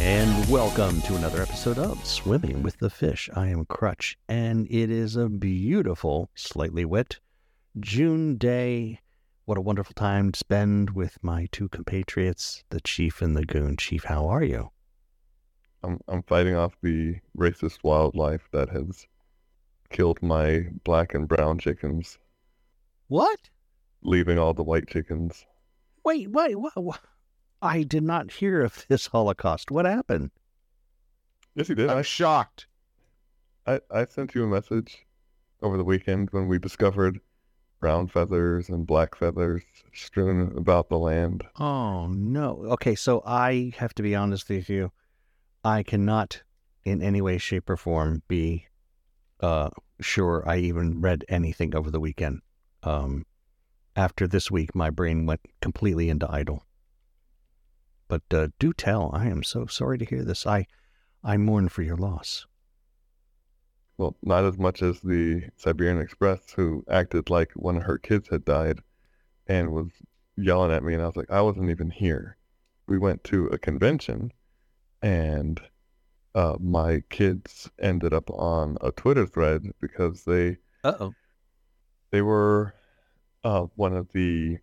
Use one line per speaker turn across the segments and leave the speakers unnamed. And welcome to another episode of Swimming with the Fish. I am Crutch, and it is a beautiful, slightly wet June day. What a wonderful time to spend with my two compatriots, the Chief and the Goon. Chief, how are you?
I'm I'm fighting off the racist wildlife that has killed my black and brown chickens,
What?
leaving all the white chickens.
Wait, wait, what? I did not hear of this Holocaust. What happened?
Yes, he did.
I'm
I,
shocked.
I I sent you a message over the weekend when we discovered brown feathers and black feathers strewn about the land.
Oh, no. Okay, so I have to be honest with you. I cannot, in any way, shape, or form, be uh, sure I even read anything over the weekend. Um, after this week, my brain went completely into idle. But uh, do tell, I am so sorry to hear this. I, I mourn for your loss.
Well, not as much as the Siberian Express, who acted like one of her kids had died and was yelling at me. And I was like, I wasn't even here. We went to a convention and uh, my kids ended up on a Twitter thread because they,
Uh oh.
they were uh, one of the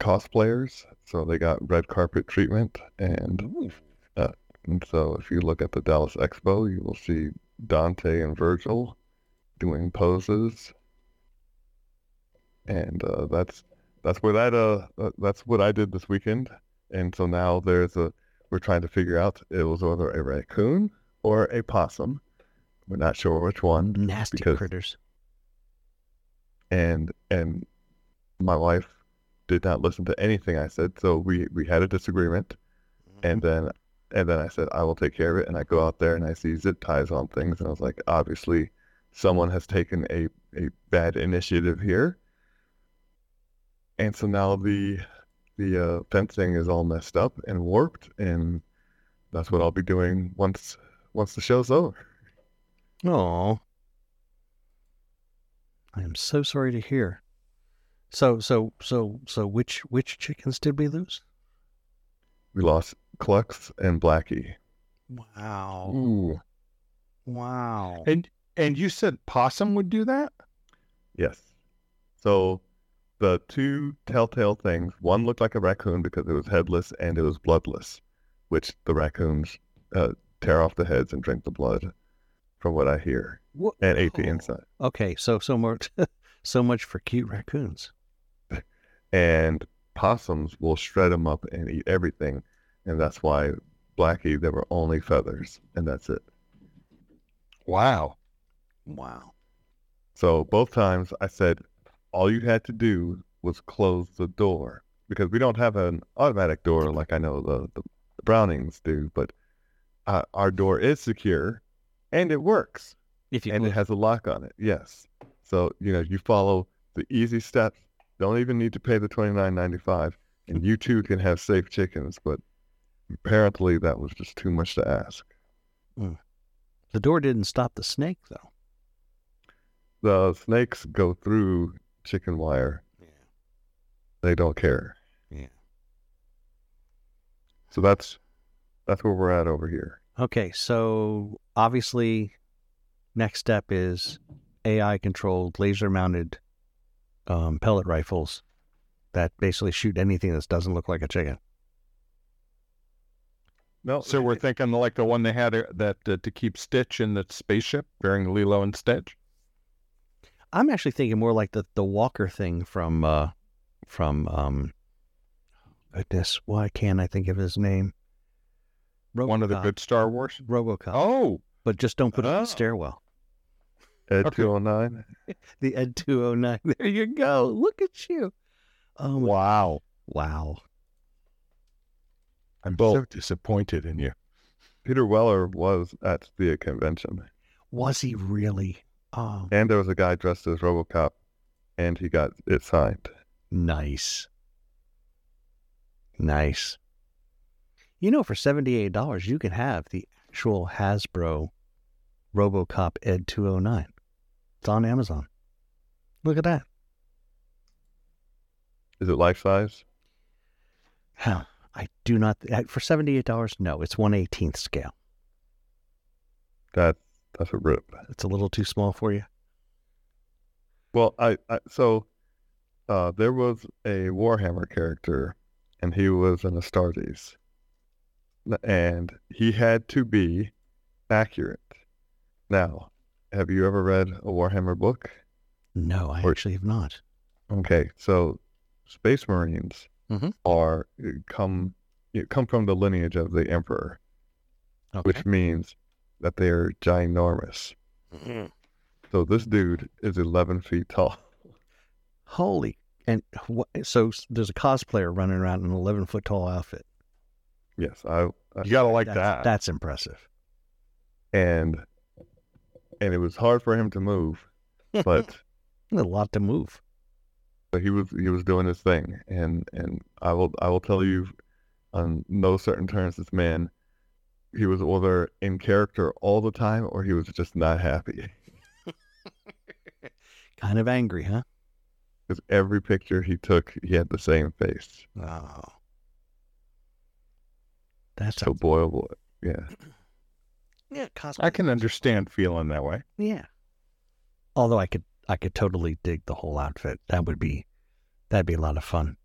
cosplayers. So they got red carpet treatment. And, uh, and so if you look at the Dallas Expo, you will see Dante and Virgil doing poses, and uh, that's that's where that uh that- that's what I did this weekend. And so now there's a we're trying to figure out it was either a raccoon or a possum. We're not sure which one.
Nasty
Because-
critters.
And and my wife did not listen to anything I said, so we we had a disagreement. And then and then I said, I will take care of it. And I go out there and I see zip ties on things. And I was like, obviously, someone has taken a, a bad initiative here. And so now the the uh, fencing is all messed up and warped. And that's what I'll be doing once once the show's over.
Oh. I am so sorry to hear. So so so so which which chickens did we lose?
We lost Clux and Blackie.
Wow.
Ooh.
Wow.
And and you said possum would do that?
Yes. So the two telltale things, one looked like a raccoon because it was headless and it was bloodless, which the raccoons uh, tear off the heads and drink the blood, from what I hear,
Wha-
and ate the
Oh.
inside.
Okay, so so much so much for cute raccoons.
And possums will shred them up and eat everything, and that's why Blackie, there were only feathers, and that's it.
Wow.
Wow.
So both times I said, all you had to do was close the door because we don't have an automatic door like I know the, the, the Brownings do, but uh, our door is secure and it works
If you
and it
close-
has a lock on it. Yes. So, you know, you follow the easy steps. Don't even need to pay the twenty nine ninety five, and you too can have safe chickens. But apparently, that was just too much to ask.
the door didn't stop the snake though.
The snakes go through chicken wire;
Yeah.
they don't care.
Yeah.
So that's that's where we're at over here.
Okay, so obviously next step is AI controlled laser mounted um, pellet rifles that basically shoot anything that doesn't look like a chicken.
No,
So we're thinking like the one they had uh, that uh, to keep Stitch in the spaceship during Lilo and Stitch.
I'm actually thinking more like the the Walker thing from uh from um goodness, why can't I think of his name?
One of the
RoboCop.
good Star Wars.
RoboCop.
Oh,
But just don't put it on
Oh.
the stairwell.
Ed
okay.
209.
The Ed 209. There you go. Look at you. Oh my-
wow.
wow.
I'm
Well-
so disappointed in you.
Peter Weller was at the convention,
Was he really? Oh,
and there was a guy dressed as RoboCop, and he got it signed.
nice. Nice. You know, for $78, you can have the actual Hasbro Robocop Ed 209. It's on Amazon. Look at that.
Is it life size?
Huh. I do not I- for seventy eight dollars. No, it's one eighteenth scale.
That that's a rip.
It's a little too small for you.
Well, I, I so uh, there was a Warhammer character, and he was an Astartes, and he had to be accurate. Now, have you ever read a Warhammer book?
No, I
Or-
actually have not.
Okay, so Space Marines
Mhm.
are uh, come you come from the lineage of the Emperor,
Okay.
which means that they are ginormous. So this dude is eleven feet tall.
Holy and wha so s- there's a cosplayer running around in an eleven foot tall outfit.
Yes, I, I
You gotta like
that's,
that.
That's impressive.
and and it was hard for him to move, but
a lot to move.
but he was he was doing his thing, and and I will I will tell you, on no certain terms, this man, he was either in character all the time or he was just not happy.
Kind of angry, huh?
Because every picture he took, he had the same face.
Oh, that's
So boy, oh boy, yeah.
yeah. Cosplay.
I can understand feeling that way.
Yeah. Although I could, I could totally dig the whole outfit. That would be, that'd be a lot of fun.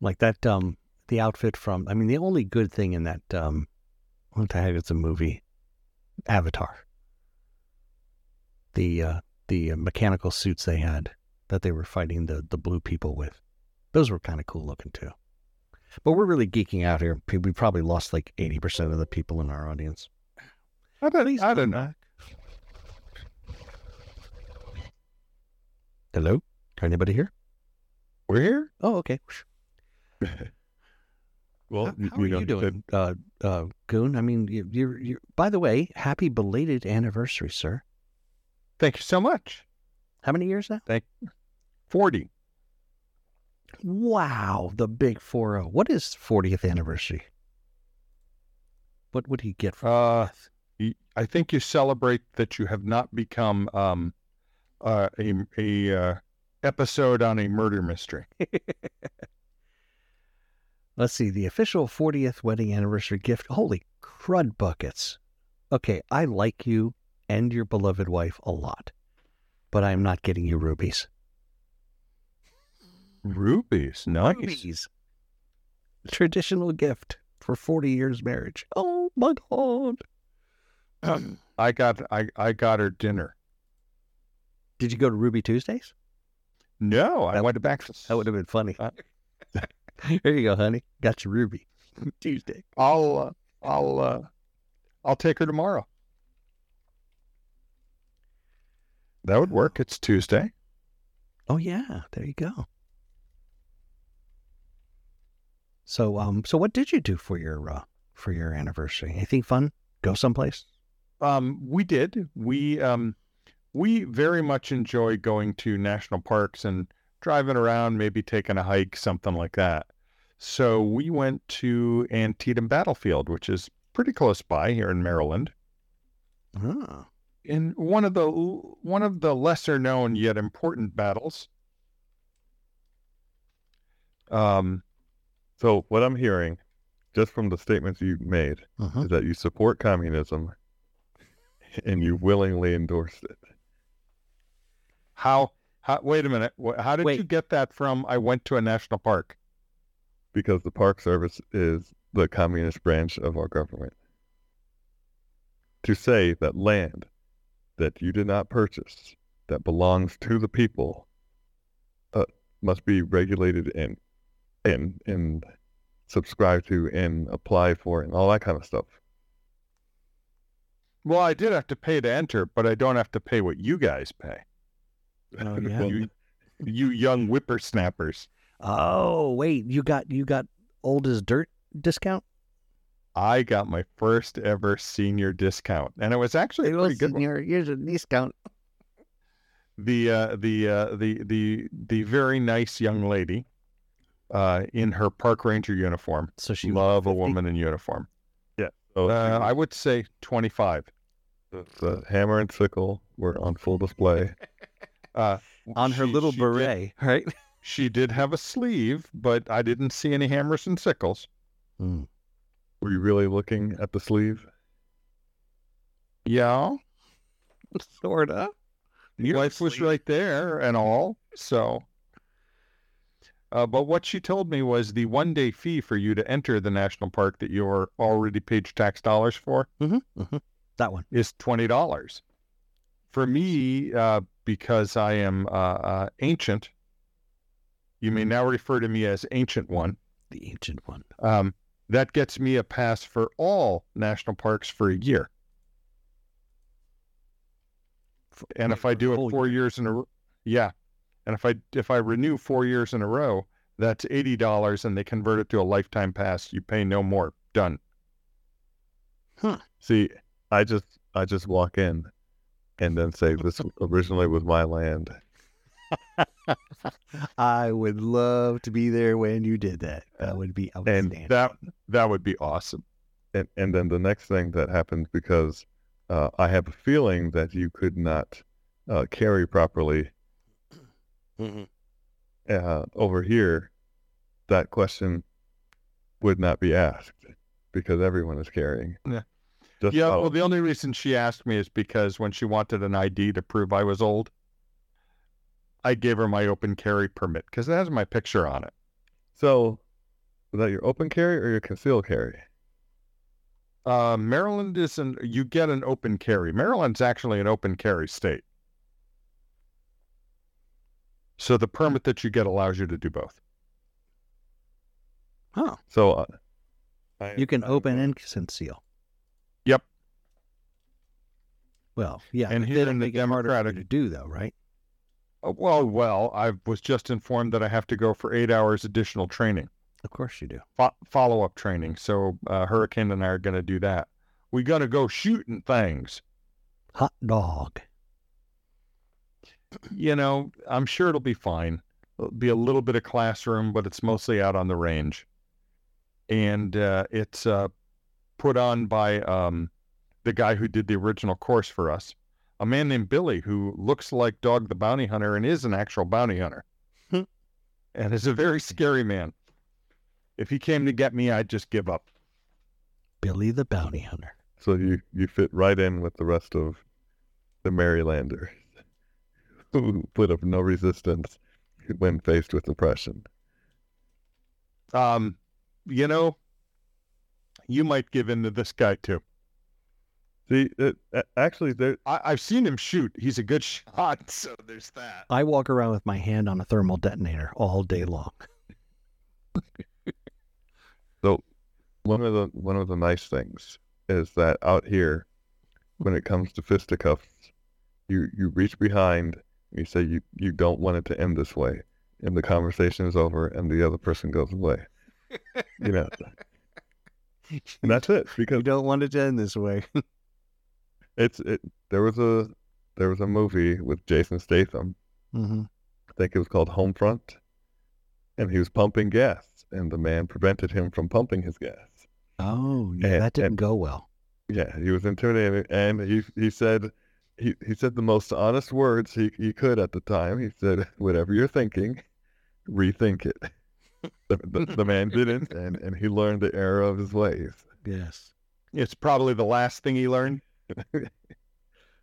Like that, um, the outfit from. I mean, the only good thing in that, um, what the heck? It's a movie, Avatar. The uh, the uh, mechanical suits they had that they were fighting the the blue people with, those were kind of cool looking too. But we're really geeking out here. P- We probably lost like eighty percent of the people in our audience.
I don't,
Please
I
come
don't know.
Hello, anybody here?
We're here.
Oh, okay.
Well,
How,
you-
how are you
know, he
doing, uh, uh, Goon? I mean, you, you're, you're. By the way, happy belated anniversary, sir.
Thank you so much.
How many years now?
40.
Wow, the big four zero. What is fortieth anniversary? What would he get for?
Uh, y- I think you celebrate that you have not become um, uh, a, a uh, episode on a murder mystery.
Let's see, the official fortieth wedding anniversary gift. Holy crud buckets! Okay, I like you and your beloved wife a lot, but I'm not getting you rubies.
Rubies, nice.
Rubies. Traditional gift for 40 years marriage. Oh my God.
I got I, I got her dinner.
Did you go to Ruby Tuesdays?
No, I
That-
went back.
That would have been funny.
Uh.
there you go, honey. Got your Ruby Tuesday.
I'll uh, I'll uh, I'll take her tomorrow. That would work. It's Tuesday.
Oh yeah, there you go. So um, so what did you do for your uh, for your anniversary? Anything fun? Go someplace?
Um, we did. We um, we very much enjoy going to national parks and driving around, maybe taking a hike, something like that. So we went to Antietam Battlefield, which is pretty close by here in Maryland,
Oh,
in one of the one of the lesser known yet important battles. Um,
So what I'm hearing, just from the statements you made,
uh-huh.
is that you support communism, and you willingly endorsed it.
how? How, wait a minute. Wh- How did
Wait.
you get that from? I went to a national park.
because the Park Service is the communist branch of our government. To say that land that you did not purchase, that belongs to the people, uh, must be regulated and and and subscribed to and apply for and all that kind of stuff.
Well, I did have to pay to enter, but I don't have to pay what you guys pay.
Oh, yeah.
Well,
You, you young whippersnappers.
oh wait, you got you got old as dirt discount.
I got my first ever senior discount, and it was actually a pretty good one.
Here's a discount.
The uh, the uh, the the the very nice young lady uh, in her park ranger uniform.
So she
Love a
50?
woman in uniform.
so
Uh, I would say twenty five.
the, the hammer and sickle were on full display.
Uh,
on her
she-
little
she did-
beret, right?
She did have a sleeve, but I didn't see any hammers and sickles.
Mm.
Were you really looking at the sleeve?
Yeah,
Sorta.
your wife was right there and all. So, uh, but what she told me was the one day fee for you to enter the national park that you're already paid your tax dollars for
Mm-hmm, mm-hmm. That one.
is twenty dollars. For me, uh, because I am uh, uh, ancient, you
Mm-hmm.
may now refer to me as ancient one.
The ancient one.
Um, that gets me a pass for all national parks for a year.
F-
And
wait,
if I
for
do
a
it
full
four
year.
years in a row, yeah. And if I if I renew four years in a row, that's eighty dollars, and they convert it to a lifetime pass. You pay no more. Done.
See, I just I just walk in and then say this originally was my land.
I would love to be there when you did that. That would be
And
outstanding.
that that would be awesome.
And and then the next thing that happens because uh, I have a feeling that you could not uh, carry properly
Mhm.
uh, over here, that question would not be asked because everyone is carrying.
Yeah.
Just
yeah.
about-
Well, the only reason she asked me is because when she wanted an ID to prove I was old, I gave her my open carry permit because it has my picture on it.
so is that your open carry or your concealed carry?
Uh, Maryland is an you get an open carry. Maryland's actually an open carry state. So the permit that you get allows you to do both.
Oh,
So uh, I-
you can
I-
open and conceal.
Yep.
Well, yeah.
And
but
here
that'll
in the
make it harder for you
Democratic-
to do though, right?
Uh, well, well, I was just informed that I have to go for eight hours additional training.
Of course you do.
fo- follow up training. So uh, Hurricane and I are going to do that. We're going to go shooting things.
Hot dog.
You know, I'm sure it'll be fine. It'll be a little bit of classroom, but it's mostly out on the range. And uh, it's uh, put on by um, the guy who did the original course for us, a man named Billy, who looks like Dog the Bounty Hunter and is an actual bounty hunter.
Hmm.
and is a very scary man. If he came to get me, I'd just give up.
Billy the Bounty Hunter.
So you you fit right in with the rest of the Marylanders who put up no resistance when faced with oppression.
um, you know, you might give in to this guy too.
See, it, a- actually, there
I, I've seen him shoot. He's a good shot. Oh, So there's that.
I walk around with my hand on a thermal detonator all day long.
one of the one of the nice things is that out here, when it comes to fisticuffs, you you reach behind, you say you you don't want it to end this way, and the conversation is over, and the other person goes away. You know, and that's it because
You don't want it to end this way.
it's it. There was a there was a movie with Jason Statham.
hmm
I think it was called Homefront, and he was pumping gas, and the man prevented him from pumping his gas.
Oh, yeah,
And-
that didn't
and-
go well.
Yeah, he was intimidating, and he he said he, he said the most honest words he, he could at the time. He said, "Whatever you're thinking, rethink it." The, the, the man didn't, and, and he learned the error of his ways.
Yes.
It's probably the last thing he learned.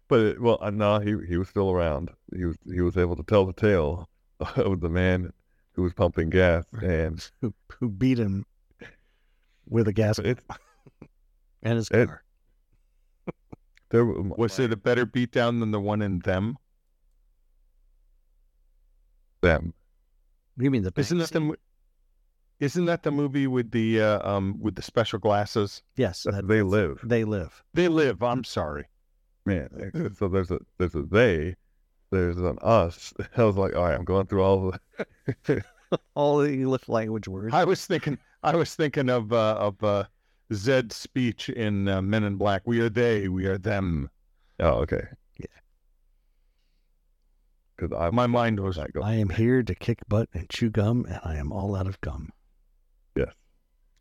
But it, well, uh, no, he he was still around. He was he was able to tell the tale of the man who was pumping gas, and
Who, who beat him with a gas
it
and his
it-
car.
there w-
Was it a better beatdown than the one in them?
them.
You mean the
Isn't that
Banksy?
the mo- isn't that the movie with the uh, um with the special glasses?
Yes, that,
uh, they live.
they live.
They live. I'm sorry.
man it- so there's a there's a they there's an us i was like all right i'm going through all the
All the English language words.
I was thinking. I was thinking of uh, of uh, Zed's speech in uh, Men in Black. We are they. We are them.
oh okay
Yeah.
because i'm
Uh, My mind was "Oh,
not going
I am here to kick butt and chew gum, and I am all out of gum.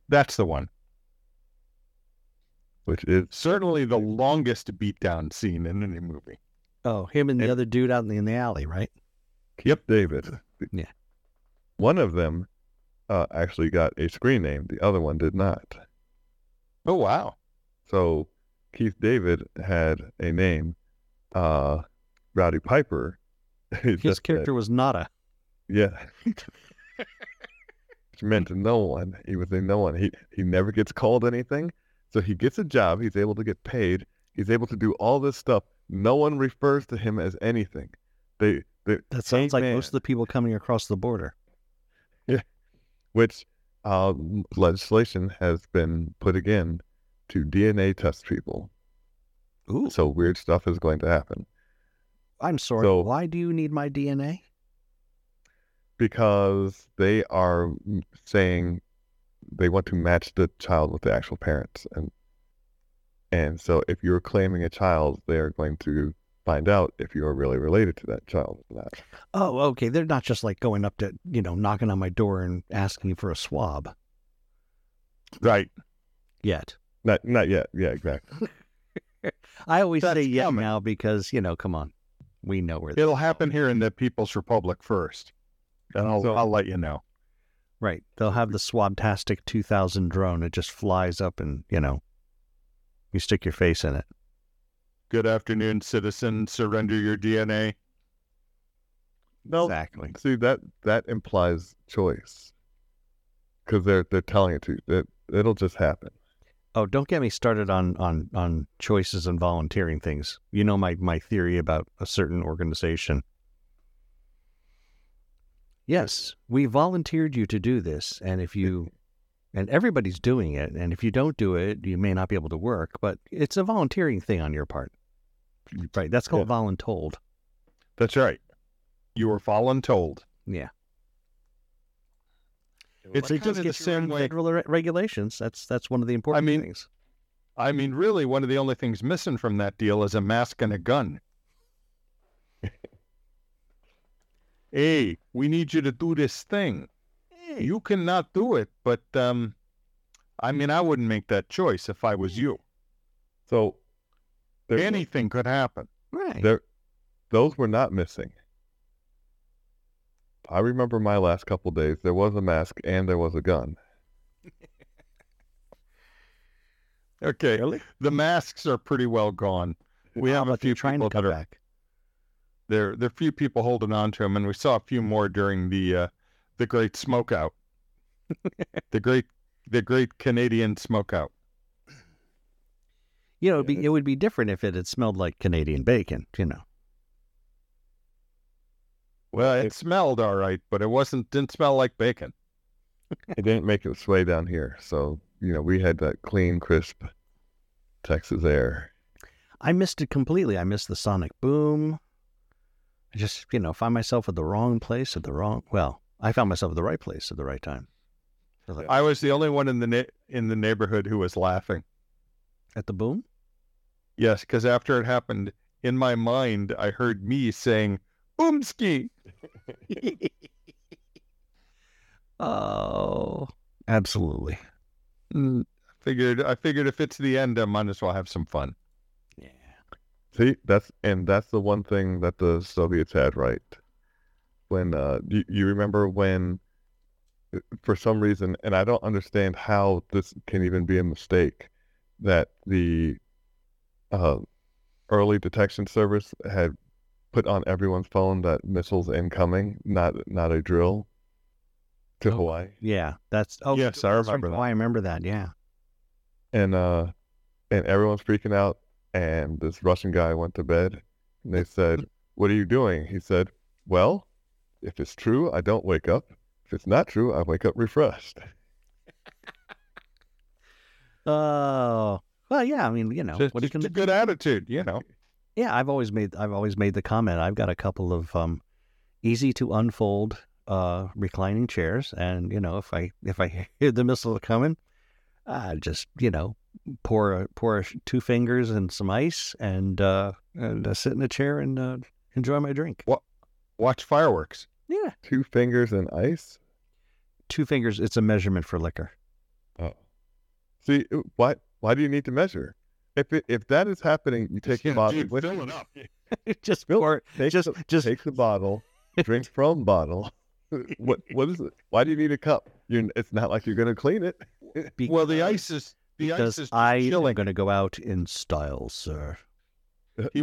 that's the one.
which is
certainly the longest beatdown scene in any movie.
Oh, him and the
And-
other dude out in the, in the alley, right?
david
Yeah.
One of them uh, actually got a screen name. The other one did not.
Oh wow.
So Keith David had a name. Uh, Rowdy Piper. is
His
just that-
character was Nada.
yeah. Which meant no one. He was a no one. He he never gets called anything. So he gets a job. He's able to get paid. He's able to do all this stuff. No one refers to him as anything. They they
That sounds like most of
man.
the people coming across the border.
which uh, legislation has been put again to DNA test people.
Ooh,
So weird stuff is going to happen
I'm sorry.
so-
Why do you need my DNA?
because they are m- saying they want to match the child with the actual parents, and and so if you're claiming a child, they are going to find out if you are really related to that child or not.
Oh, okay. They're not just like going up to you know knocking on my door and asking for a swab
Right.
yet.
Not not yet. Yeah, exactly.
I always
That's
say yet
coming.
now because you know, come on, we know where this
It'll
is
happen
going.
here in the People's Republic first. And I'll,
So-
I'll let you know.
Right. They'll have the Swabtastic 2000 drone. It just flies up and, you know, you stick your face in it.
Good afternoon, citizen. Surrender your DNA.
No,
Exactly.
See that that implies choice, because they're they're telling it to you. That it'll just happen.
Oh, don't get me started on on on choices and volunteering things. You know my my theory about a certain organization. Yes, we volunteered you to do this, and if you and everybody's doing it, and if you don't do it, you may not be able to work, but it's a volunteering thing on your part. Right. That's called voluntold.
That's right. You were voluntold.
Yeah.
It's
But
kind of the
gets you
same
around
way.
Federal re- regulations. That's that's one of the important
mean-
things.
I mean, really, one of the only things missing from that deal is a mask and a gun. hey, we need you to do this thing. You cannot do it, but um, I mean, I wouldn't make that choice if I was you.
So there-
Anything could happen.
Right.
there, those were not missing. I remember my last couple days. There was a mask and there was a gun.
Okay, the masks are pretty well gone. We
How Mm.
have a
about they're
few
trying
people
to come
that are
back.
there. There are few people holding on to them, and we saw a few more during the uh, the Great Smokeout, the great the Great Canadian Smokeout.
You know, it'd
Yeah,
be, it would be different if it had smelled like Canadian bacon. You know.
Well, it smelled all right, but it wasn't didn't smell like bacon.
It didn't make its way down here, so you know we had that clean, crisp Texas air.
I missed it completely. I missed the sonic boom. I just, you know, find myself at the wrong place at the wrong. Well, I found myself at the right place at the right time. I was like,
I was the only one in the na- in the neighborhood who was laughing.
At the boom?
Yes, because after it happened, in my mind, I heard me saying "Boomski."
Oh, absolutely.
Mm, I figured I figured if it's the end, I might as well have some fun.
Yeah.
See, that's and that's the one thing that the Soviets had right. When uh, you, you remember when, uh, for some reason, and I don't understand how this can even be a mistake, that the uh, early detection service had put on everyone's phone that missiles incoming, not not a drill, to Hawaii.
Yeah. That's. Oh,
Yes, I
that's from
remember that.
Hawaii. I remember that. Yeah.
and uh and everyone's freaking out and this russian guy went to bed and they said what are you doing he said well if it's true i don't wake up if it's not true i wake up refreshed
Oh. Well, yeah. I mean, you know,
just,
what are you
just
gonna
a good attitude, you know.
Yeah, I've always made I've always made the comment. I've got a couple of um, easy to unfold uh, reclining chairs, and you know if I if I hear the missile coming, I just you know pour a, pour a, sh- two fingers and some ice, and uh, and uh, sit in a chair and uh, enjoy my drink.
Watch fireworks.
Yeah,
two fingers and ice
two fingers. It's a measurement for liquor.
oh see uh, why why do you need to measure if it, if that is happening you take the bottle
Dude,
with
fill
you.
it up.
just
Nope.
pour.
Take
Just
the-
just
take the bottle drink from bottle what what is it? Why do you need a cup? You're, it's not like you're gonna clean it.
Be-
well, the ice is the ice is
because
just
I am
chilling.
going to go out in style, sir.
He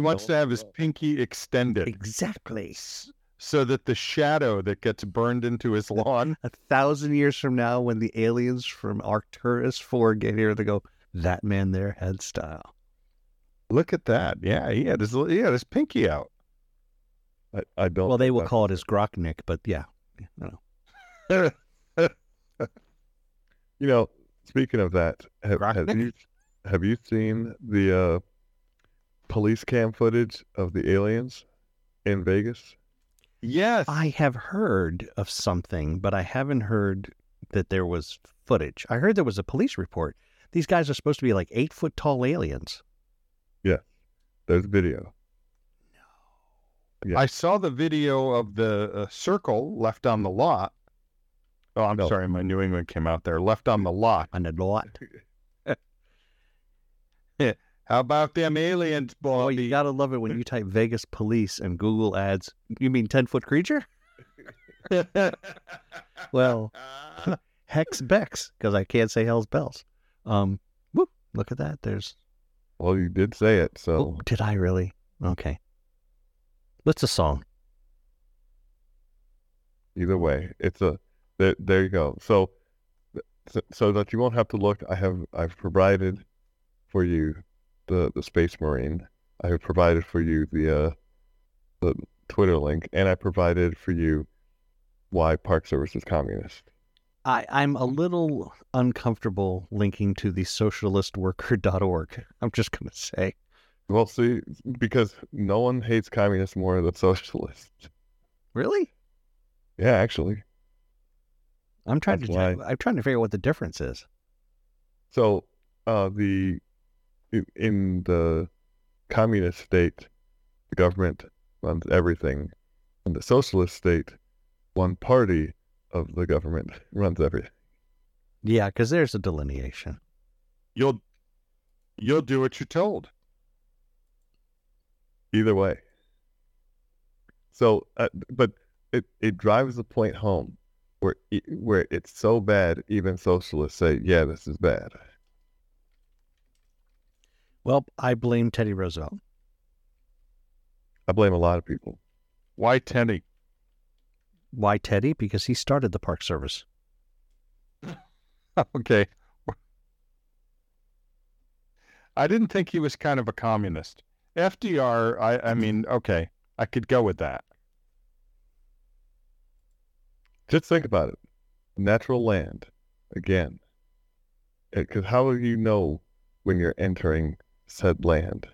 wants to have his pinky extended
Exactly.
s- so that the shadow that gets burned into his lawn.
A thousand years from now, when the aliens from Arcturus 4 get here, they go, that man there had style.
Look at that. Yeah, he had his he had his pinky out.
I, I don't.
Well, they
think
will
that's-
call it his Groknik, but yeah. I don't know.
You know, speaking of that, have, have
Rocknick?
you have you seen the uh, police cam footage of the aliens in Vegas?
Yes.
I have heard of something, but I haven't heard that there was footage. I heard there was a police report. These guys are supposed to be like eight foot tall aliens.
There's video.
I saw the video of the uh, circle left on the lot. Oh, I'm
No.
sorry, my New England came out there. Left on the lot.
on a lot.
How about them aliens,
Oh,
Bobby?
you gotta love it when you type Vegas police and Google ads. You mean ten foot creature? Well, hex Bex, because I can't say Hell's Bells. Um, whoop, look at that. There's.
Well, you did say it, so
Oh, did I really? Okay. What's the song?
either way, it's a there. There you go. So, so, so that you won't have to look, I have I've provided for you the the Space Marine. I have provided for you the uh, the Twitter link, and I provided for you why Park Service is communist.
I, I'm a little uncomfortable linking to the socialistworker.org. I'm just gonna say.
Well, see, because no one hates communists more than socialists.
Really?
Yeah, actually.
I'm trying
That's
to
why-
I'm trying to figure out what the difference is.
So, uh, the in- in the communist state, the government runs everything. In the socialist state, one party of the government runs everything.
Yeah, because there's a delineation.
you'll you'll do what you're told.
Either way. So, uh, but it, it drives the point home where e- where it's so bad, even socialists say, "Yeah, this is bad."
Well, I blame Teddy Roosevelt.
I blame a lot of people.
Why Teddy?
Why Teddy? Because he started the Park Service.
Okay. I didn't think he was kind of a communist. FDR, I, I mean, okay, I could go with that.
Just think about it. Natural land, again. Because how will you know when you're entering said land?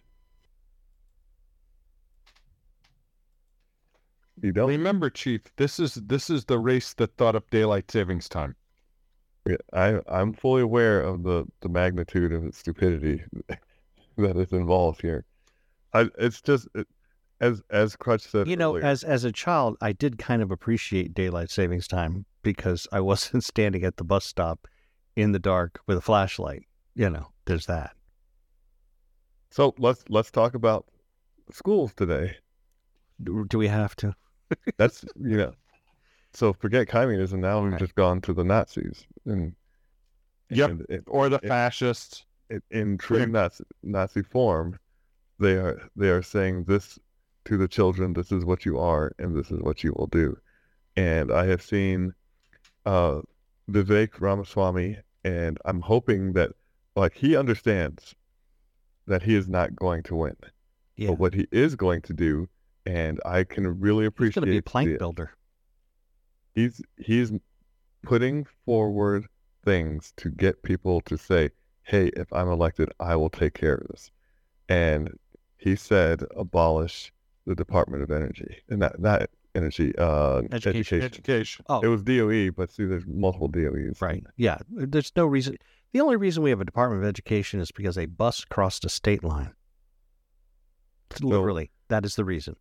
You don't.
Remember, Chief, this is this is the race that thought up daylight savings time.
I, I'm fully aware of the, the magnitude of the stupidity that is involved here. I, it's just it, as as Crutch said.
You know,
earlier,
as as a child, I did kind of appreciate daylight savings time because I wasn't standing at the bus stop in the dark with a flashlight. You know, there's that.
so let's let's talk about schools today.
Do do we have to?
That's you know. So forget communism. Now we've
Right.
just gone to the Nazis and
Yep.
and it-
Or the
Yeah.
fascists.
it- in true Nazi, Nazi form, they are they are saying this to the children: this is what you are, and this is what you will do. And I have seen uh, Vivek Ramaswamy, and I'm hoping that like he understands that he is not going to win,
Yeah,
but what he is going to do, and I can really
he's
appreciate
going to be a plank
the-
builder.
he's he's putting forward things to get people to say, "Hey, if I'm elected, I will take care of this." And he said, "Abolish the Department of Energy, and not not energy, uh,
Education.
Education.
Oh,
It was DOE, but see, there's multiple DOEs.
right. Yeah, there's no reason. The only reason we have a Department of Education is because a bus crossed a state line. Literally, that is the reason.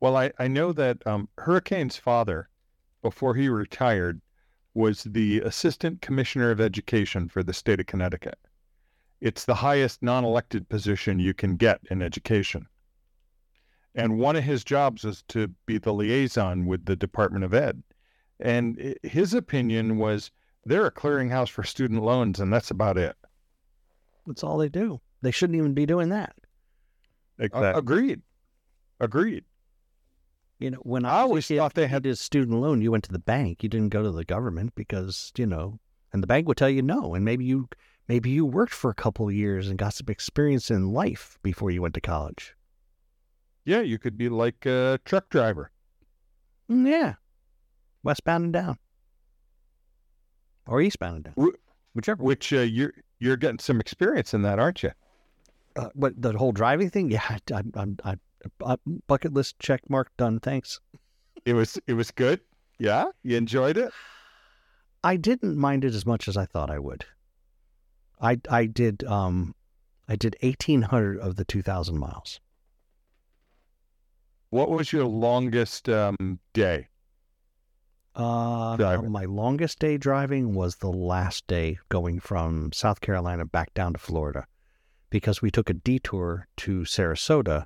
Well, I, I know that um, Hurricane's father, before he retired, was the Assistant Commissioner of Education for the state of Connecticut. It's the highest non elected position you can get in education. And one of his jobs was to be the liaison with the Department of Ed. And i- his opinion was they're a clearinghouse for student loans, and that's about it.
That's all they do. They shouldn't even be doing that.
A-
Exactly.
Agreed. Agreed.
You know, when
I
I,
always
if
thought they
you
had.
did a student loan, you went to the bank. You didn't go to the government because you know, and the bank would tell you no. And maybe you maybe you worked for a couple of years and got some experience in life before you went to college.
Yeah, you could be like a truck driver.
Mm, yeah, westbound and down, or eastbound and down,
Wh-
whichever.
Which uh, you're you're getting some experience in that, aren't you?
Uh, but the whole driving thing, yeah, I, I, I'm- I, I, bucket list check mark done. Thanks.
It was it was good. Yeah, you enjoyed it.
I didn't mind it as much as I thought I would. I I did um I did 1800 of the 2000 miles.
What was your longest um, day?
Uh
Driving.
my longest day driving was the last day going from South Carolina back down to Florida because we took a detour to Sarasota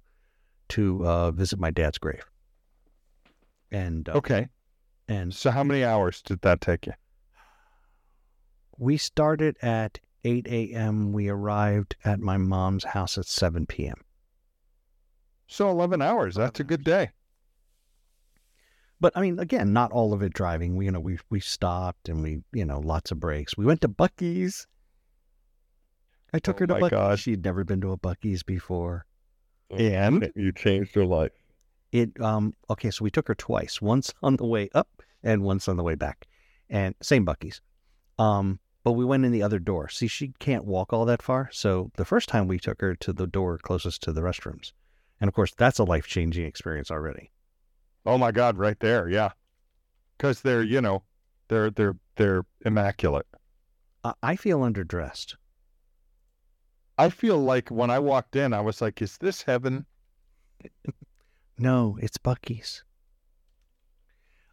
to uh, visit my dad's grave. And uh,
Okay,
and
so how many hours did that take you?
we started at 8 a.m. We arrived at my mom's house at 7 p.m.
So eleven hours. That's a good day.
But I mean, again, not all of it driving. We, you know, we we stopped and we, you know, lots of breaks. We went to Bucky's. I took
Oh
her to
my
Bucky's.
God.
She'd never been to a Bucky's before.
Oh,
And
You changed your life.
It um okay, so we took her twice. Once on the way up and once on the way back, and same Bucky's. Um, but we went in the other door. See, she can't walk all that far. So the first time we took her to the door closest to the restrooms, and of course, that's a life changing experience already.
oh my God, right there. Yeah, because they're you know they're they're they're immaculate.
I, I feel underdressed.
I feel like when I walked in, I was like, "Is this heaven?"
No, it's Bucky's.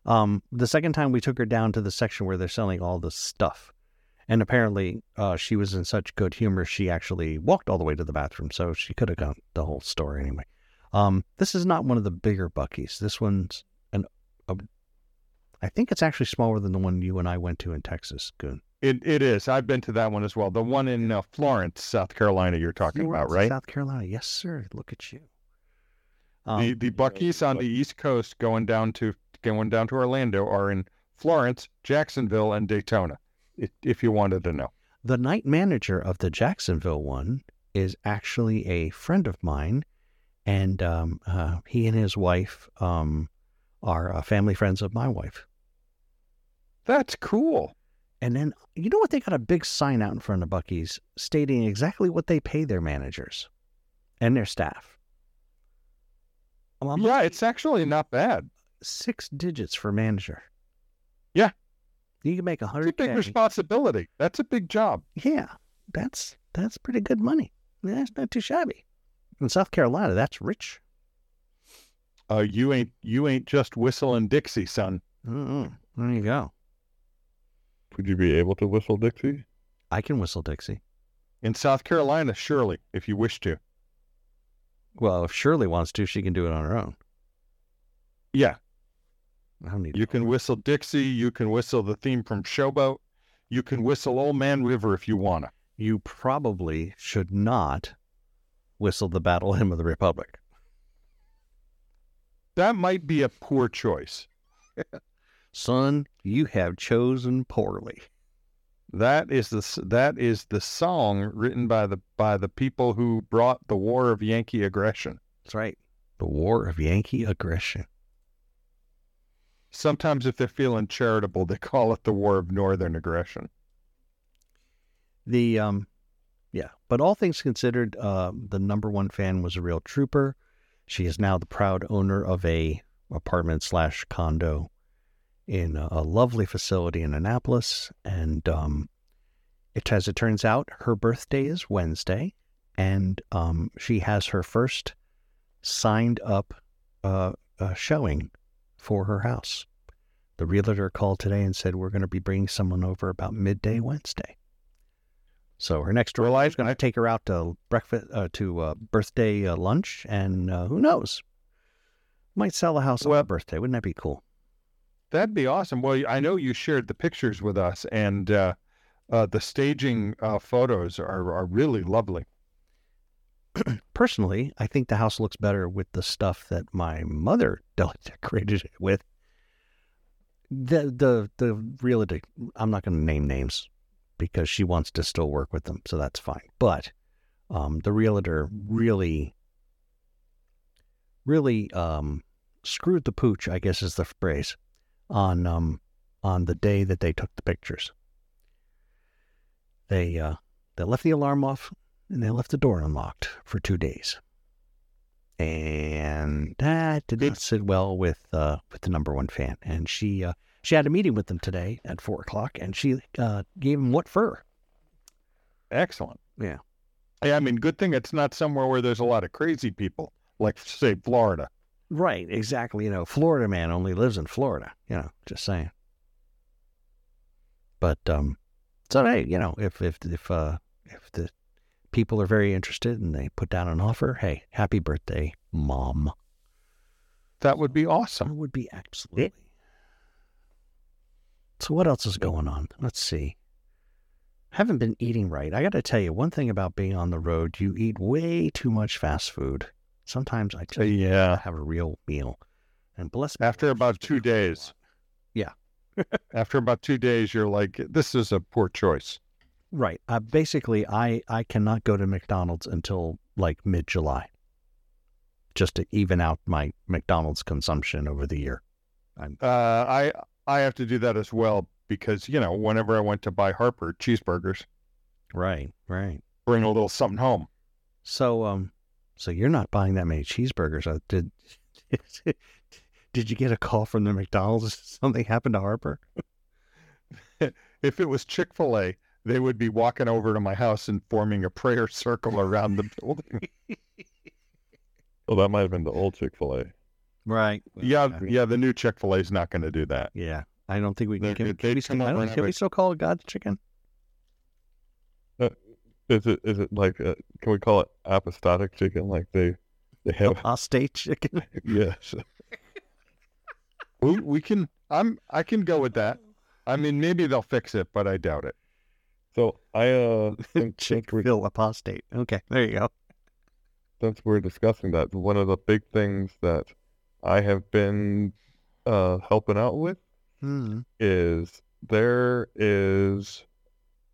Um, the second time we took her down to the section where they're selling all the stuff, and apparently uh, she was in such good humor she actually walked all the way to the bathroom, so she could have gone the whole store anyway. Um, this is not one of the bigger Bucky's. This one's an, a, I think it's actually smaller than the one you and I went to in Texas, Goon.
It it is. I've been to that one as well. The one in uh, Florence, South Carolina. You're talking
Florence,
about, right?
South Carolina, yes, sir. Look at you.
the
Um,
the Buckies on the East Coast going down to going down to Orlando are in Florence, Jacksonville, and Daytona. If, if you wanted to know,
The night manager of the Jacksonville one is actually a friend of mine, and um, uh, he and his wife um, are uh, family friends of my wife.
that's cool.
And then you know what? They got a big sign out in front of Bucky's stating exactly what they pay their managers and their staff. Um, I'm
yeah,
looking-
it's actually not bad.
six digits for manager.
Yeah.
you can make a
It's a
hundred.
big responsibility. That's a big job.
Yeah, that's that's pretty good money. That's not too shabby. In South Carolina, that's rich.
Uh, you ain't you ain't just whistling Dixie, son.
Mm-mm. There you go.
Would you be able to whistle Dixie?
I can whistle Dixie.
In South Carolina, surely, if you wish to.
Well, if Shirley wants to, she can do it on her own.
Yeah,
I don't need
you can whistle Dixie. You can whistle the theme from Showboat. You can whistle Old Man River if you wanna.
You probably should not whistle the Battle Hymn of the Republic.
That might be a poor choice.
Son, you have chosen poorly.
That is the s- that is the song written by the by the people who brought the war of Yankee aggression.
That's right. The War of Yankee Aggression.
Sometimes, if they're feeling charitable, they call it the war of Northern aggression.
The um, yeah. But all things considered, uh, the number one fan was a real trooper. She is now the proud owner of a apartment slash condo in a, a lovely facility in Annapolis, and um, it as it turns out, her birthday is Wednesday, and um, she has her first signed up uh, uh, showing for her house. The realtor called today and said we're going to be bringing someone over about midday Wednesday. So her next door
Well, I-
is going to
I-
take her out to breakfast uh, to uh, birthday uh, lunch, and uh, who knows, Might sell a house on
Well-
my birthday. Wouldn't that be cool?
That'd be awesome. Well, I know you shared the pictures with us, and uh, uh, the staging uh, photos are, are really lovely.
Personally, I think the house looks better with the stuff that my mother de- decorated it with. The the the real addict. I'm not going to name names because she wants to still work with them, so that's fine. But um, the realtor really, really um, screwed the pooch, I guess is the phrase, on um, on the day that they took the pictures. They uh, they left the alarm off and they left the door unlocked for two days, and that did not sit well with uh, with the number one fan. And she uh, she had a meeting with them today at four o'clock, and she uh, gave him what fur.
Excellent.
Yeah.
Yeah, I mean, good thing it's not somewhere where there's a lot of crazy people, like say Florida.
Right, exactly. You know, Florida man only lives in Florida. You know, just saying. But um, so hey, you know, if if if uh if the people are very interested and they put down an offer, hey, happy birthday, mom.
That would be awesome.
That would be absolutely. So what else is going on? Let's see. Haven't been eating right. I got to tell you one thing about being on the road. You eat way too much fast food. Sometimes I just
yeah.
have a real meal. And bless me,
After
Lord,
about
she's
two
been out a
days.
lot. Yeah.
After about two days, you're like, this is a poor choice.
Right. Uh, basically, I I cannot go to McDonald's until like mid July, just to even out my McDonald's consumption over the year.
Uh, I I have to do that as well because you know whenever I went to buy Harper cheeseburgers,
Right. Right.
bring a little something home.
So um, so you're not buying that many cheeseburgers? uh, Did did you get a call from the McDonald's? Something happened to Harper?
If it was Chick Fil A, they would be walking over to my house and forming a prayer circle around the building.
Well, Oh, that might have been the old Chick Fil A.
Right.
yeah, yeah, the new Chick Fil A is not going to do that.
Yeah. I don't think we can.
They-
Can,
they-
we- can,
they
we, still,
come
I
over
don't-
and have
can we
a-
still call it God's chicken?
Is it is it like uh can we call it apostatic chicken? Like they they have
Apostate chicken?
yes.
We, we can. I'm. I can go with that. I mean, maybe they'll fix it, but I doubt it.
So I uh think
Chick
since we're,
fil apostate. Okay. There you go.
since we're discussing that, one of the big things that I have been uh helping out with
Hmm.
is there is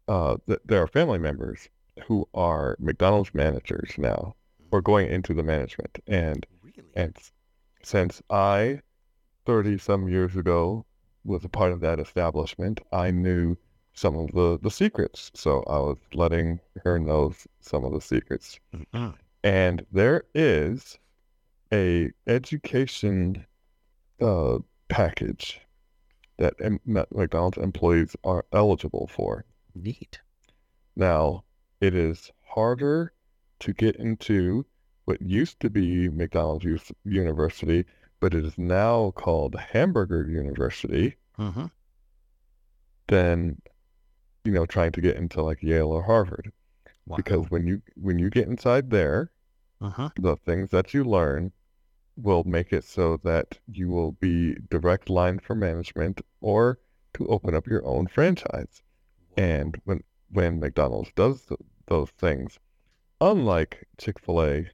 uh th- there are family members who are McDonald's managers now or going into the management and
Really?
and s- since I 30 some years ago was a part of that establishment I knew some of the the secrets so I was letting her know s- some of the secrets
Mhm.
and there is a education uh, package that em- that McDonald's employees are eligible for.
Neat.
Now, it is harder to get into what used to be McDonald's Youth University, but it is now called Hamburger University
Mm-hmm.
than you know trying to get into like Yale or Harvard
Wow.
because when you when you get inside there
uh-huh.
the things that you learn will make it so that you will be direct line for management or to open up your own franchise. And when when McDonald's does th- those things, unlike Chick-fil-A,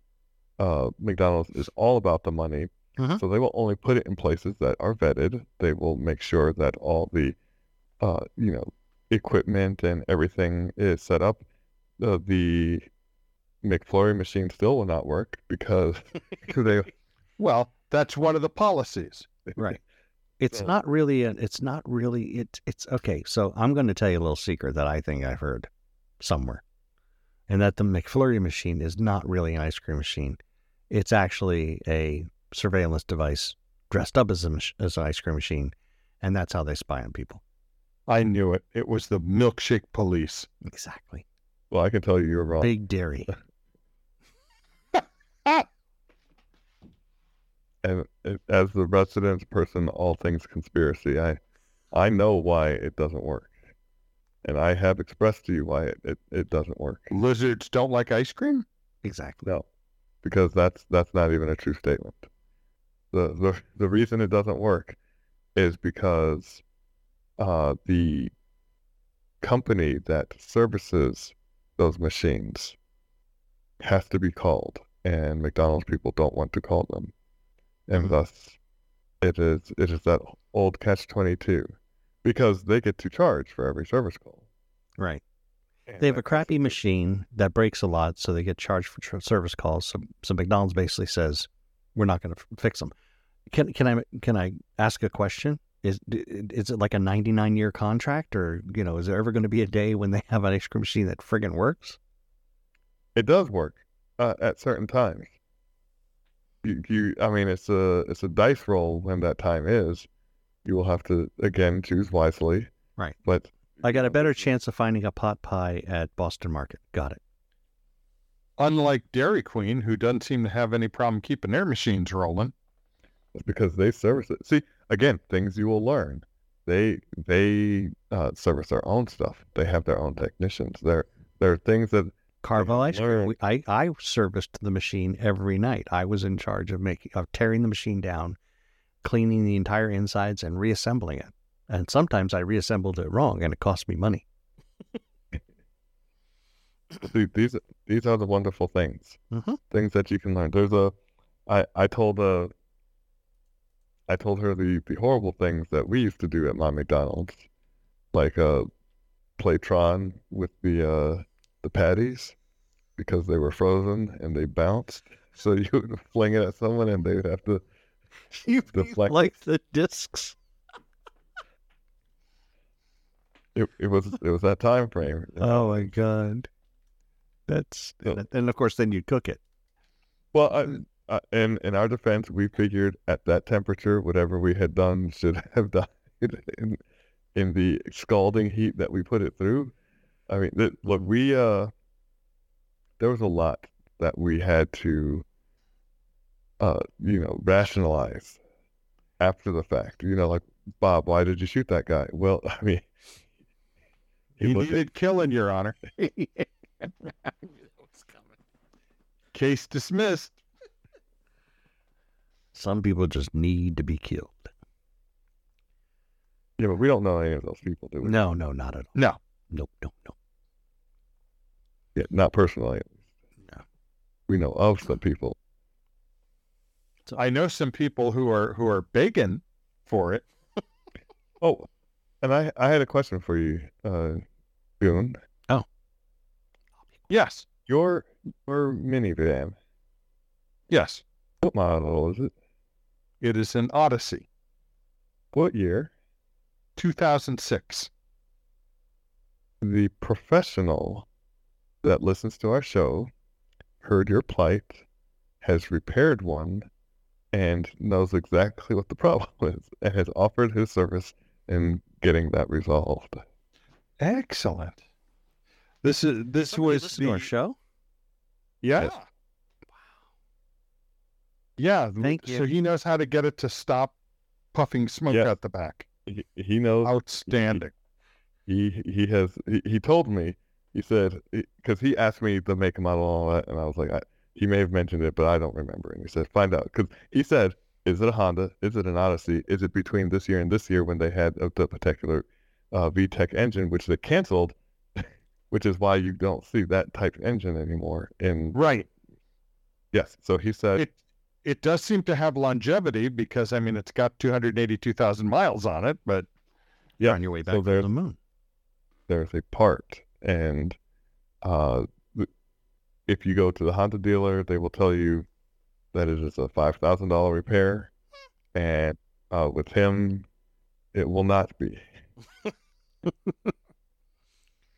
uh, McDonald's is all about the money.
Mhm.
So they will only put it in places that are vetted. They will make sure that all the uh, you know equipment and everything is set up. Uh, the McFlurry machine still will not work because they
Well, that's one of the policies.
Right. It's
So-
not really an it's not really it it's okay, so I'm gonna tell you a little secret that I think I've heard somewhere. And that the McFlurry machine is not really an ice cream machine. It's actually a surveillance device dressed up as a mach- as an ice cream machine, and that's how they spy on people.
I knew it. It was the milkshake police.
Exactly.
well, I can tell you you're wrong.
Big dairy.
and a- as the resident person, all things conspiracy, I, I know why it doesn't work, and I have expressed to you why it, it, it doesn't work.
Lizards don't like ice cream.
Exactly.
No, because that's that's not even a true statement. the the, the reason it doesn't work is because uh, the company that services those machines has to be called, and McDonald's people don't want to call them, and
Mhm.
thus it is it is that old catch twenty two, because they get to charge for every service call.
Right.
And
They have a
that
crappy
constitutes-
machine that breaks a lot, so they get charged for tr- service calls. So, so McDonald's basically says, "We're not going to fix them." Can can I can I ask a question? Is d- is it like a ninety nine year contract, or you know, is there ever going to be a day when they have an ice cream machine that friggin' works?
It does work uh, at certain times. You, you, I mean, it's a it's a dice roll when that time is. You will have to again choose wisely.
Right.
But
I got a
you know,
better
this is-
chance of finding a pot pie at Boston Market. Got it.
Unlike Dairy Queen, who doesn't seem to have any problem keeping their machines rolling.
It's because they service it. See, again, things you will learn. They they uh, service their own stuff. They have their own technicians. There there are things that
Carvel ice cream.
learn.
We, I I serviced the machine every night. I was in charge of making of tearing the machine down, cleaning the entire insides, and reassembling it. And sometimes I reassembled it wrong, and it cost me money.
see, these these are the wonderful things.
Mhm.
Things that you can learn. There's a I I told a I told her the the horrible things that we used to do at my McDonald's, like uh play Tron with the uh the patties because they were frozen and they bounced. So you would fling it at someone and they would have to
You
Deflect.
like the discs?
It, it was it was that time frame.
Oh my god, that's
Yeah.
and of course then you cook it.
Well,
Mm.
I, I, in in our defense, we figured at that temperature, whatever we had done should have died in in the scalding heat that we put it through. I mean, th- look, we uh, there was a lot that we had to uh, you know, rationalize after the fact. You know, like Bob, why did you shoot that guy? Well, I mean,
He
looked at-
needed killing, Your Honor. Case dismissed.
Some people just need to be killed.
yeah, but we don't know any of those people, do we?
No, no, not at all.
No.
Nope, nope, nope.
Yeah, not personally.
No.
We know of some people.
I know some people who are who are begging for it.
Oh, and I I had a question for you, uh, Boone.
Yes.
Your your minivan,
Yes.
what model is it?
It is an Odyssey,
What year?
2006.
The professional that listens to our show heard your plight, has repaired one, and knows exactly what the problem is, and has offered his service in getting that resolved.
Excellent. This is this
Somebody
was
listen to our
the
show.
yeah.
Yes.
Yeah, l-
Thank
So
you.
he knows how to get it to stop puffing smoke
Yes.
out the back.
He, he knows
Outstanding.
he he has he, he told me he said because he asked me the make and model and all that and i was like I, he may have mentioned it but i don't remember and he said find out because he said is it a honda is it an odyssey is it between this year and this year when they had a- the particular uh, vtech engine which they canceled which is why you don't see that type of engine anymore and
Right.
yes so he said
It it does seem to have longevity because I mean it's got 282,000 miles on it, but
Yeah,
You're on your way back
so
from
there's-
the moon.
there's a part and uh th- if you go to the Honda dealer they will tell you that it is a five thousand dollar repair and uh with him it will not be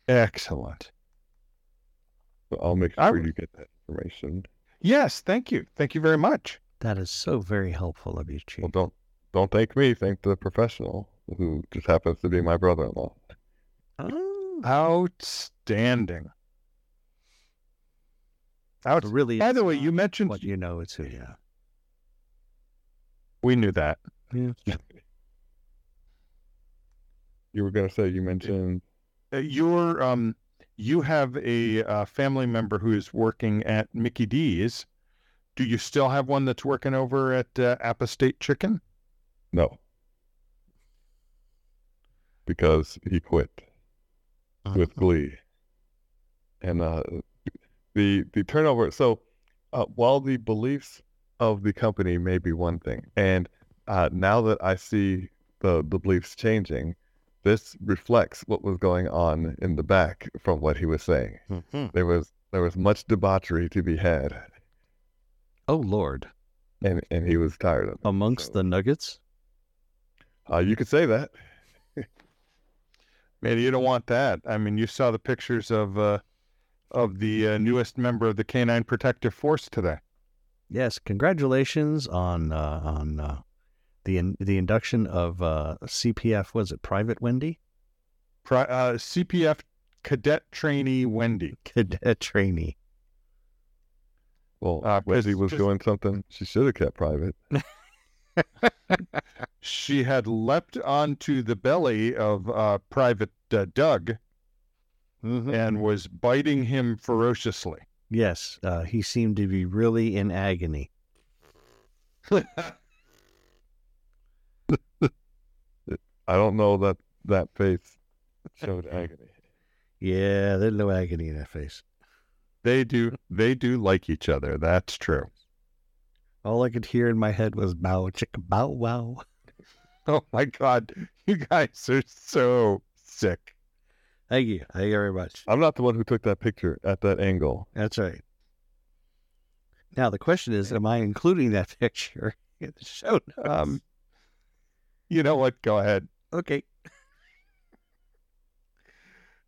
excellent.
so I'll make
I
sure
would-
you get that information
Yes, thank you. Thank you very much.
That is so very helpful of you, Chief.
well don't don't thank me thank the professional who just happens to be my brother-in-law
Oh,
Outstanding. Out.
so really.
By the
it's
way,
not
you mentioned
what you know, it's who you know.
we knew that.
you were gonna say you mentioned
Uh, Your um, you have a uh, family member who is working at Mickey D's, Do you still have one that's working over at uh, Appa State Chicken?
No. Because he quit with glee. And uh, the the turnover. So uh, while the beliefs of the company may be one thing, and uh, now that I see the the beliefs changing, this reflects what was going on in the back from what he was saying.
Mhm.
There was there was much debauchery to be had,
Oh Lord!
and and he was tired of it.
Amongst
So,
the nuggets,
uh, you could say that.
Man, you don't want that. I mean, you saw the pictures of uh, of the uh, newest member of the Canine Protective Force today.
yes. Congratulations on uh, on uh, the in, the induction of uh, CPF. Was it Private Wendy?
Pri- uh, CPF cadet trainee Wendy.
Cadet trainee.
Well,
Uh,
Wendy
it's
was
just-
doing something she should have kept private.
She had leapt onto the belly of uh, Private uh, Doug
Mm-hmm.
and was biting him ferociously.
Yes, uh, he seemed to be really in agony.
I don't know that that face showed agony.
Yeah, there's no agony in that face.
They do. They do like each other. That's true.
All I could hear in my head was bow chicka bow wow.
Oh my God, you guys are so sick.
Thank you. Thank you very much.
I'm not the one who took that picture at that angle.
That's right. Now the question is, am I including that picture in the show notes?
Um, you know what? Go ahead.
okay.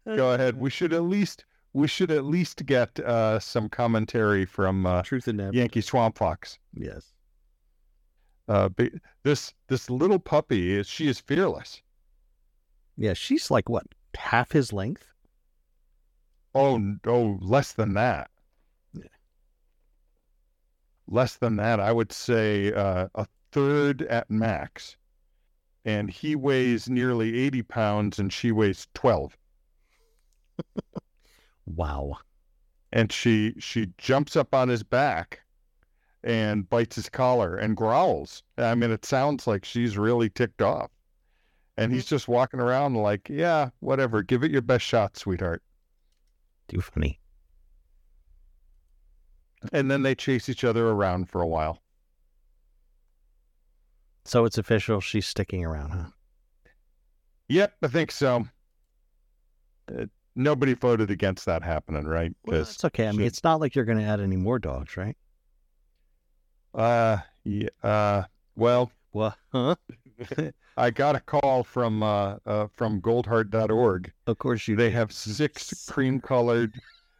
Uh,
Go ahead. We should at least. We should at least get uh, some commentary from uh,
Truth in that.
Yankee Swamp Fox.
Yes.
Uh, be- this this little puppy is she is fearless.
Yeah, she's like what half his length.
Oh, n- oh, less than that. Less than that, I would say uh, a third at max. And he weighs nearly 80 pounds and she weighs 12.
Wow.
And she she jumps up on his back and bites his collar and growls. I mean, it sounds like she's really ticked off. And he's just walking around like, yeah, whatever. Give it your best shot, sweetheart.
Too funny.
And then they chase each other around for a while.
So it's official. She's sticking around, huh?
Yep, I think so. Uh, nobody voted against that happening, right?
Well,
'Cause,
it's okay. I mean,
should-
it's not like you're going to add any more dogs, right?
uh, yeah, uh, well,
Well, huh?
I got a call from uh, uh, from goldheart.org.
Of course you.
They have six cream-colored,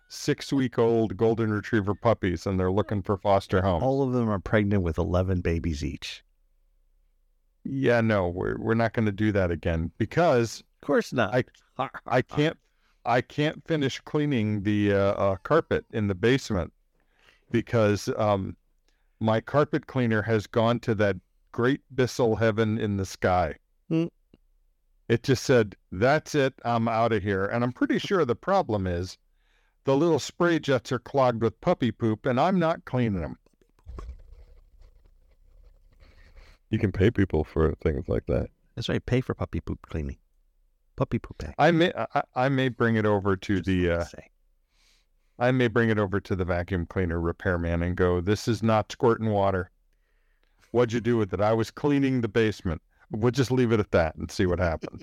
six-week-old golden retriever puppies, and they're looking for foster homes.
All of them are pregnant with eleven babies each.
Yeah, no, we're we're not going to do that again because
Of course not.
I- I can't I can't finish cleaning the uh, uh, carpet in the basement because um, my carpet cleaner has gone to that great Bissell heaven in the sky.
Hmm.
It just said, "That's it, I'm out of here." And I'm pretty sure the problem is the little spray jets are clogged with puppy poop, and I'm not cleaning them.
You can pay people for things like that.
That's right. Pay for puppy poop cleaning. Puppy poop back.
I may I, I may bring it over to the uh,
say.
I may bring it over to the vacuum cleaner repairman and go, this is not squirting water. What'd you do with it? I was cleaning the basement. We'll just leave it at that and see what happens.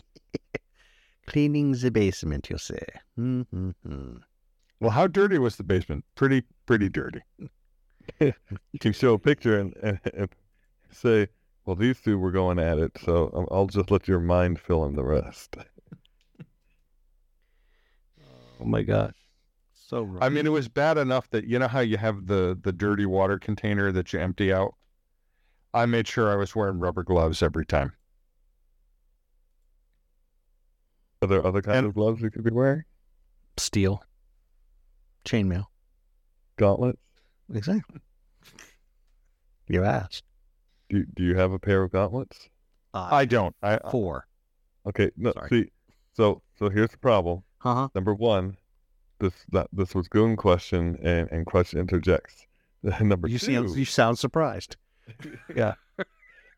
Cleaning the basement, you say. Mm-hmm.
well, how dirty was the basement? Pretty, pretty dirty.
You can show a picture and, and, and say, "Well, these two were going at it, so I'll- I'll just let your mind fill in the rest."
Oh my gosh. So wrong.
I mean, it was bad enough that you know how you have the the dirty water container that you empty out. I made sure I was wearing rubber gloves every time.
Are there other kinds
And-
of gloves you could be wearing?
steel, chainmail.
Gauntlets?
Exactly. You asked.
Do Do you have a pair of gauntlets?
I don't. I, I
four.
Okay, no,
Sorry.
see, so so here's the problem.
Uh huh.
Number one, this that this was goon question and and question interjects. Number
You
two.
sound, you sound surprised.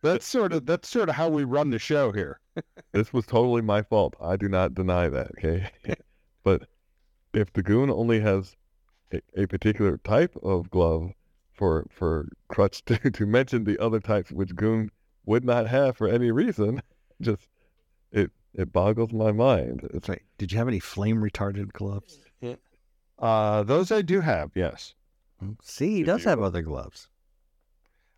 That's sort of that's sort of how we run the show here.
This was totally my fault. I do not deny that. Okay, but if the goon only has a, a particular type of glove for for Crutch to, to mention the other types which goon would not have for any reason, just it it boggles my mind. It's
It's like, did you have any flame retardant gloves?
Uh, those I do have, yes.
Hmm. See, he
Did
does
you?
have other gloves.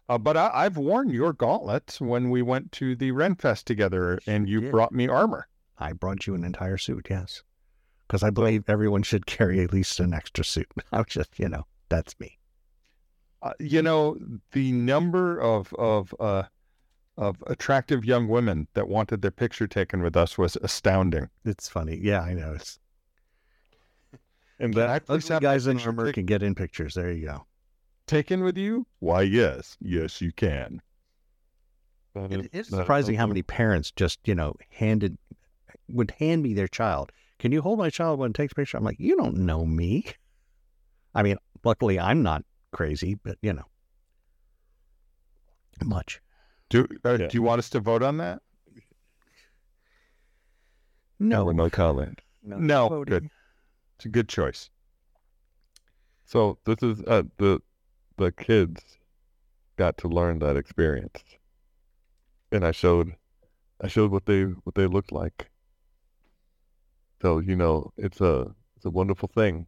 Uh, but I, I've worn your gauntlets when we went to the Renfest together, and you
did.
brought me armor.
I brought you an entire suit, yes. Because I believe everyone should carry at least an extra suit. I'm just, you know, that's me.
Uh, you
Mm-hmm.
know the number of of uh, of attractive young women that wanted their picture taken with us was astounding.
It's funny. Yeah, I know. It's
and
Can I
that
please
ugly
have
guys
my
in
picture
armor
taken-
can get in pictures. There you go.
taken with you? Why, yes, yes, you can.
that
It
is-
is
that is
surprising how
something.
many parents just, you know, handed would hand me their child. Can you hold my child when it takes a picture? I'm like, you don't know me. I mean, luckily I'm not crazy, but you know. Much.
Do uh,
Yeah.
do you want us to vote on that?
No.
no comment.
No,
voting.
good. It's a good choice.
So this is uh, the the kids got to learn that experience, and I showed I showed what they what they looked like. So you know it's a it's a wonderful thing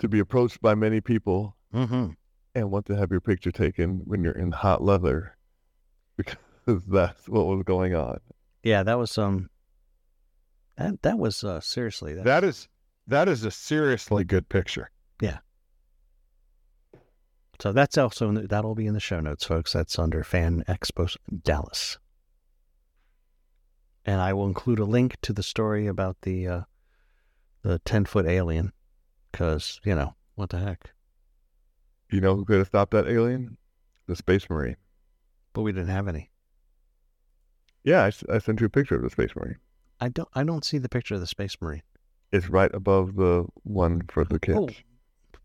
to be approached by many people
Mm-hmm.
and want to have your picture taken when you're in hot leather, because that's what was going on.
Yeah, that was um that that was uh seriously that,
That is that is a seriously good picture.
so that's also in the, that'll be in the show notes, folks. That's under Fan Expo Dallas. And I will include a link to the story about the uh the ten foot alien because, you know, what the heck.
You know who could have stopped that alien? The space marine.
But we didn't have any.
Yeah, I, s- I sent you a picture of the space marine.
I don't I don't see the picture of the space marine.
It's right above the one for the kids.
Oh,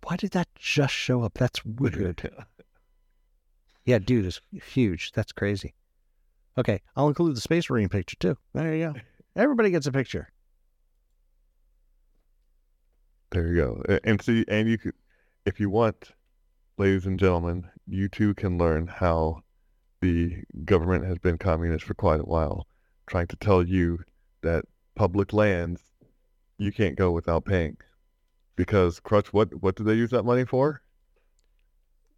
why did that just show up? That's weird. Yeah, dude is huge. That's crazy. Okay, I'll include the Space Marine picture too. There you go. Everybody gets a picture.
There you go. A- And see, and you could, if you want, ladies and gentlemen, you too can learn how the government has been communist for quite a while, trying to tell you that public lands you can't go without paying. Because crutch, what what do they use that money for?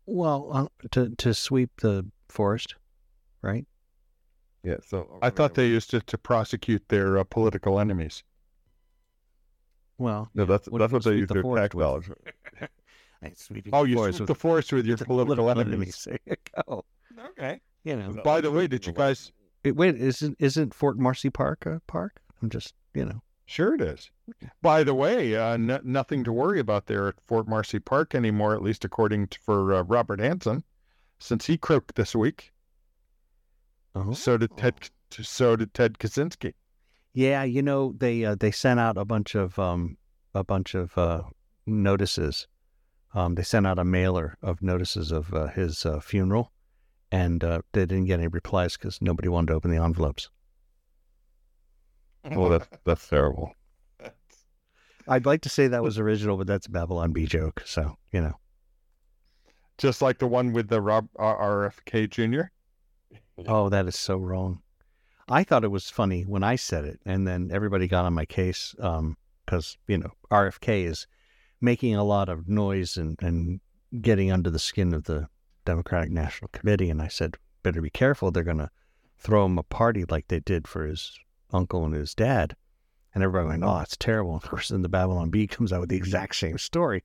Well, uh, to to sweep the forest, right?
Yeah, so
I thought they used it to prosecute their uh, political enemies.
Well,
no, that's
What-
that's what they
sweep
use
the
their
forest
tax
with.
dollars. for.
sweeping
Oh, you sweep the forest with your political, enemies.
There you go.
Okay.
You know,
By the way, did you guys?
It- wait, isn't isn't Fort Marcy Park a park? I'm just, you know,
Sure, it is. By the way, uh, n- nothing to worry about there at Fort Marcy Park anymore, at least according to for uh, Robert Hanson, since he croaked this week.
uh
So did Ted. So did Ted Kaczynski.
Yeah, you know they uh, they sent out a bunch of um, a bunch of uh, notices. Um, they sent out a mailer of notices of uh, his uh, funeral, and uh, they didn't get any replies because nobody wanted to open the envelopes.
Well, Oh, that's that's terrible.
I'd like to say that was original, but that's a Babylon B joke. So you know,
just like the one with the Rob R- RFK Jr.
oh, that is so wrong. I thought it was funny when I said it, and then everybody got on my case because you know RFK is making a lot of noise and, and getting under the skin of the Democratic National Committee. And I said, better be careful. They're going to throw him a party like they did for his uncle and his dad. And everybody went, oh, it's terrible. And of course, then the Babylon Bee comes out with the exact same story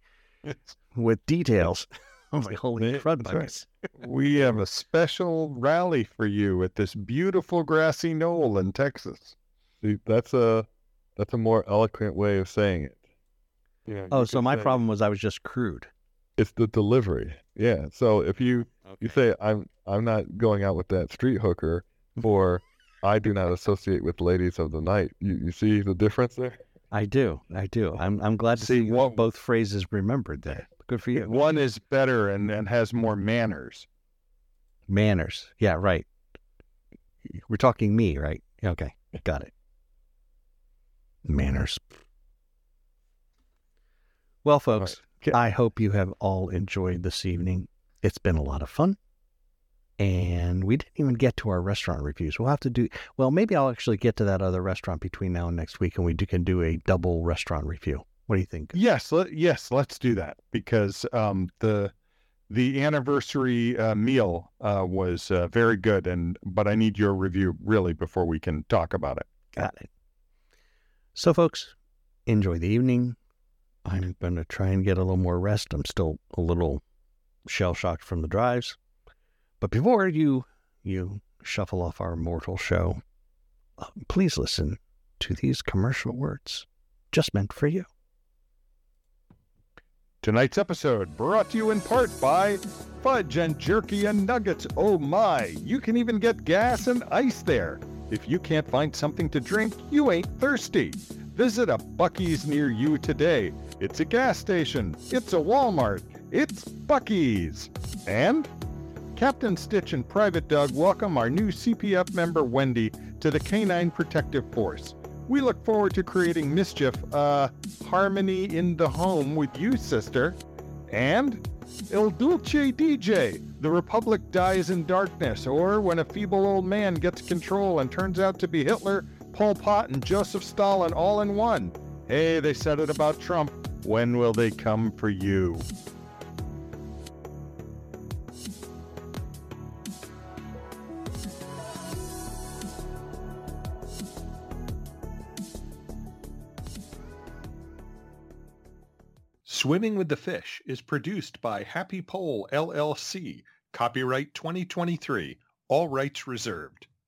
with details. I was like, holy
Yeah,
crud,
that's
buckets.
We have a special rally for you at this beautiful grassy knoll in Texas.
See, that's a that's a more eloquent way of saying it. Yeah.
Oh, so my problem was I was just crude.
It's the delivery. Yeah. So if you you say I'm I'm not going out with that street hooker or I do not associate with ladies of the night. You you see the difference there?
I do. I do. I'm, I'm glad to
See,
see, you have
what-
both phrases remembered there. Good for you.
One is better and, and has more manners.
Manners. Yeah, right. We're talking me, right? Okay, got it. Manners. Well, folks,
Okay.
I hope you have all enjoyed this evening. It's been a lot of fun. And we didn't even get to our restaurant reviews. We'll have to do, well, maybe I'll actually get to that other restaurant between now and next week and we do, can do a double restaurant review. What do you think?
Yes, let, yes, let's do that because um, the the anniversary uh, meal uh, was uh, very good, and but I need your review really before we can talk about it.
Got it. So, folks, enjoy the evening. I'm going to try and get a little more rest. I'm still a little shell shocked from the drives. But before you you shuffle off our mortal show, uh, please listen to these commercial words just meant for you.
Tonight's episode brought to you in part by Fudge and Jerky and Nuggets. Oh my, you can even get gas and ice there. If you can't find something to drink, you ain't thirsty. Visit a Bucky's near you today. It's a gas station, it's a Walmart, it's Bucky's. And Captain Stitch and Private Doug welcome our new CPF member Wendy to the Canine Protective Force. We look forward to creating mischief, uh, harmony in the home with you, sister. And Il Dulce DJ, the Republic dies in darkness, or when a feeble old man gets control and turns out to be Hitler, Pol Pot, and Joseph Stalin all in one. Hey, they said it about Trump. When will they come for you?
Swimming with the Fish is produced by Happy Pole LLC. Copyright 2023. All rights reserved.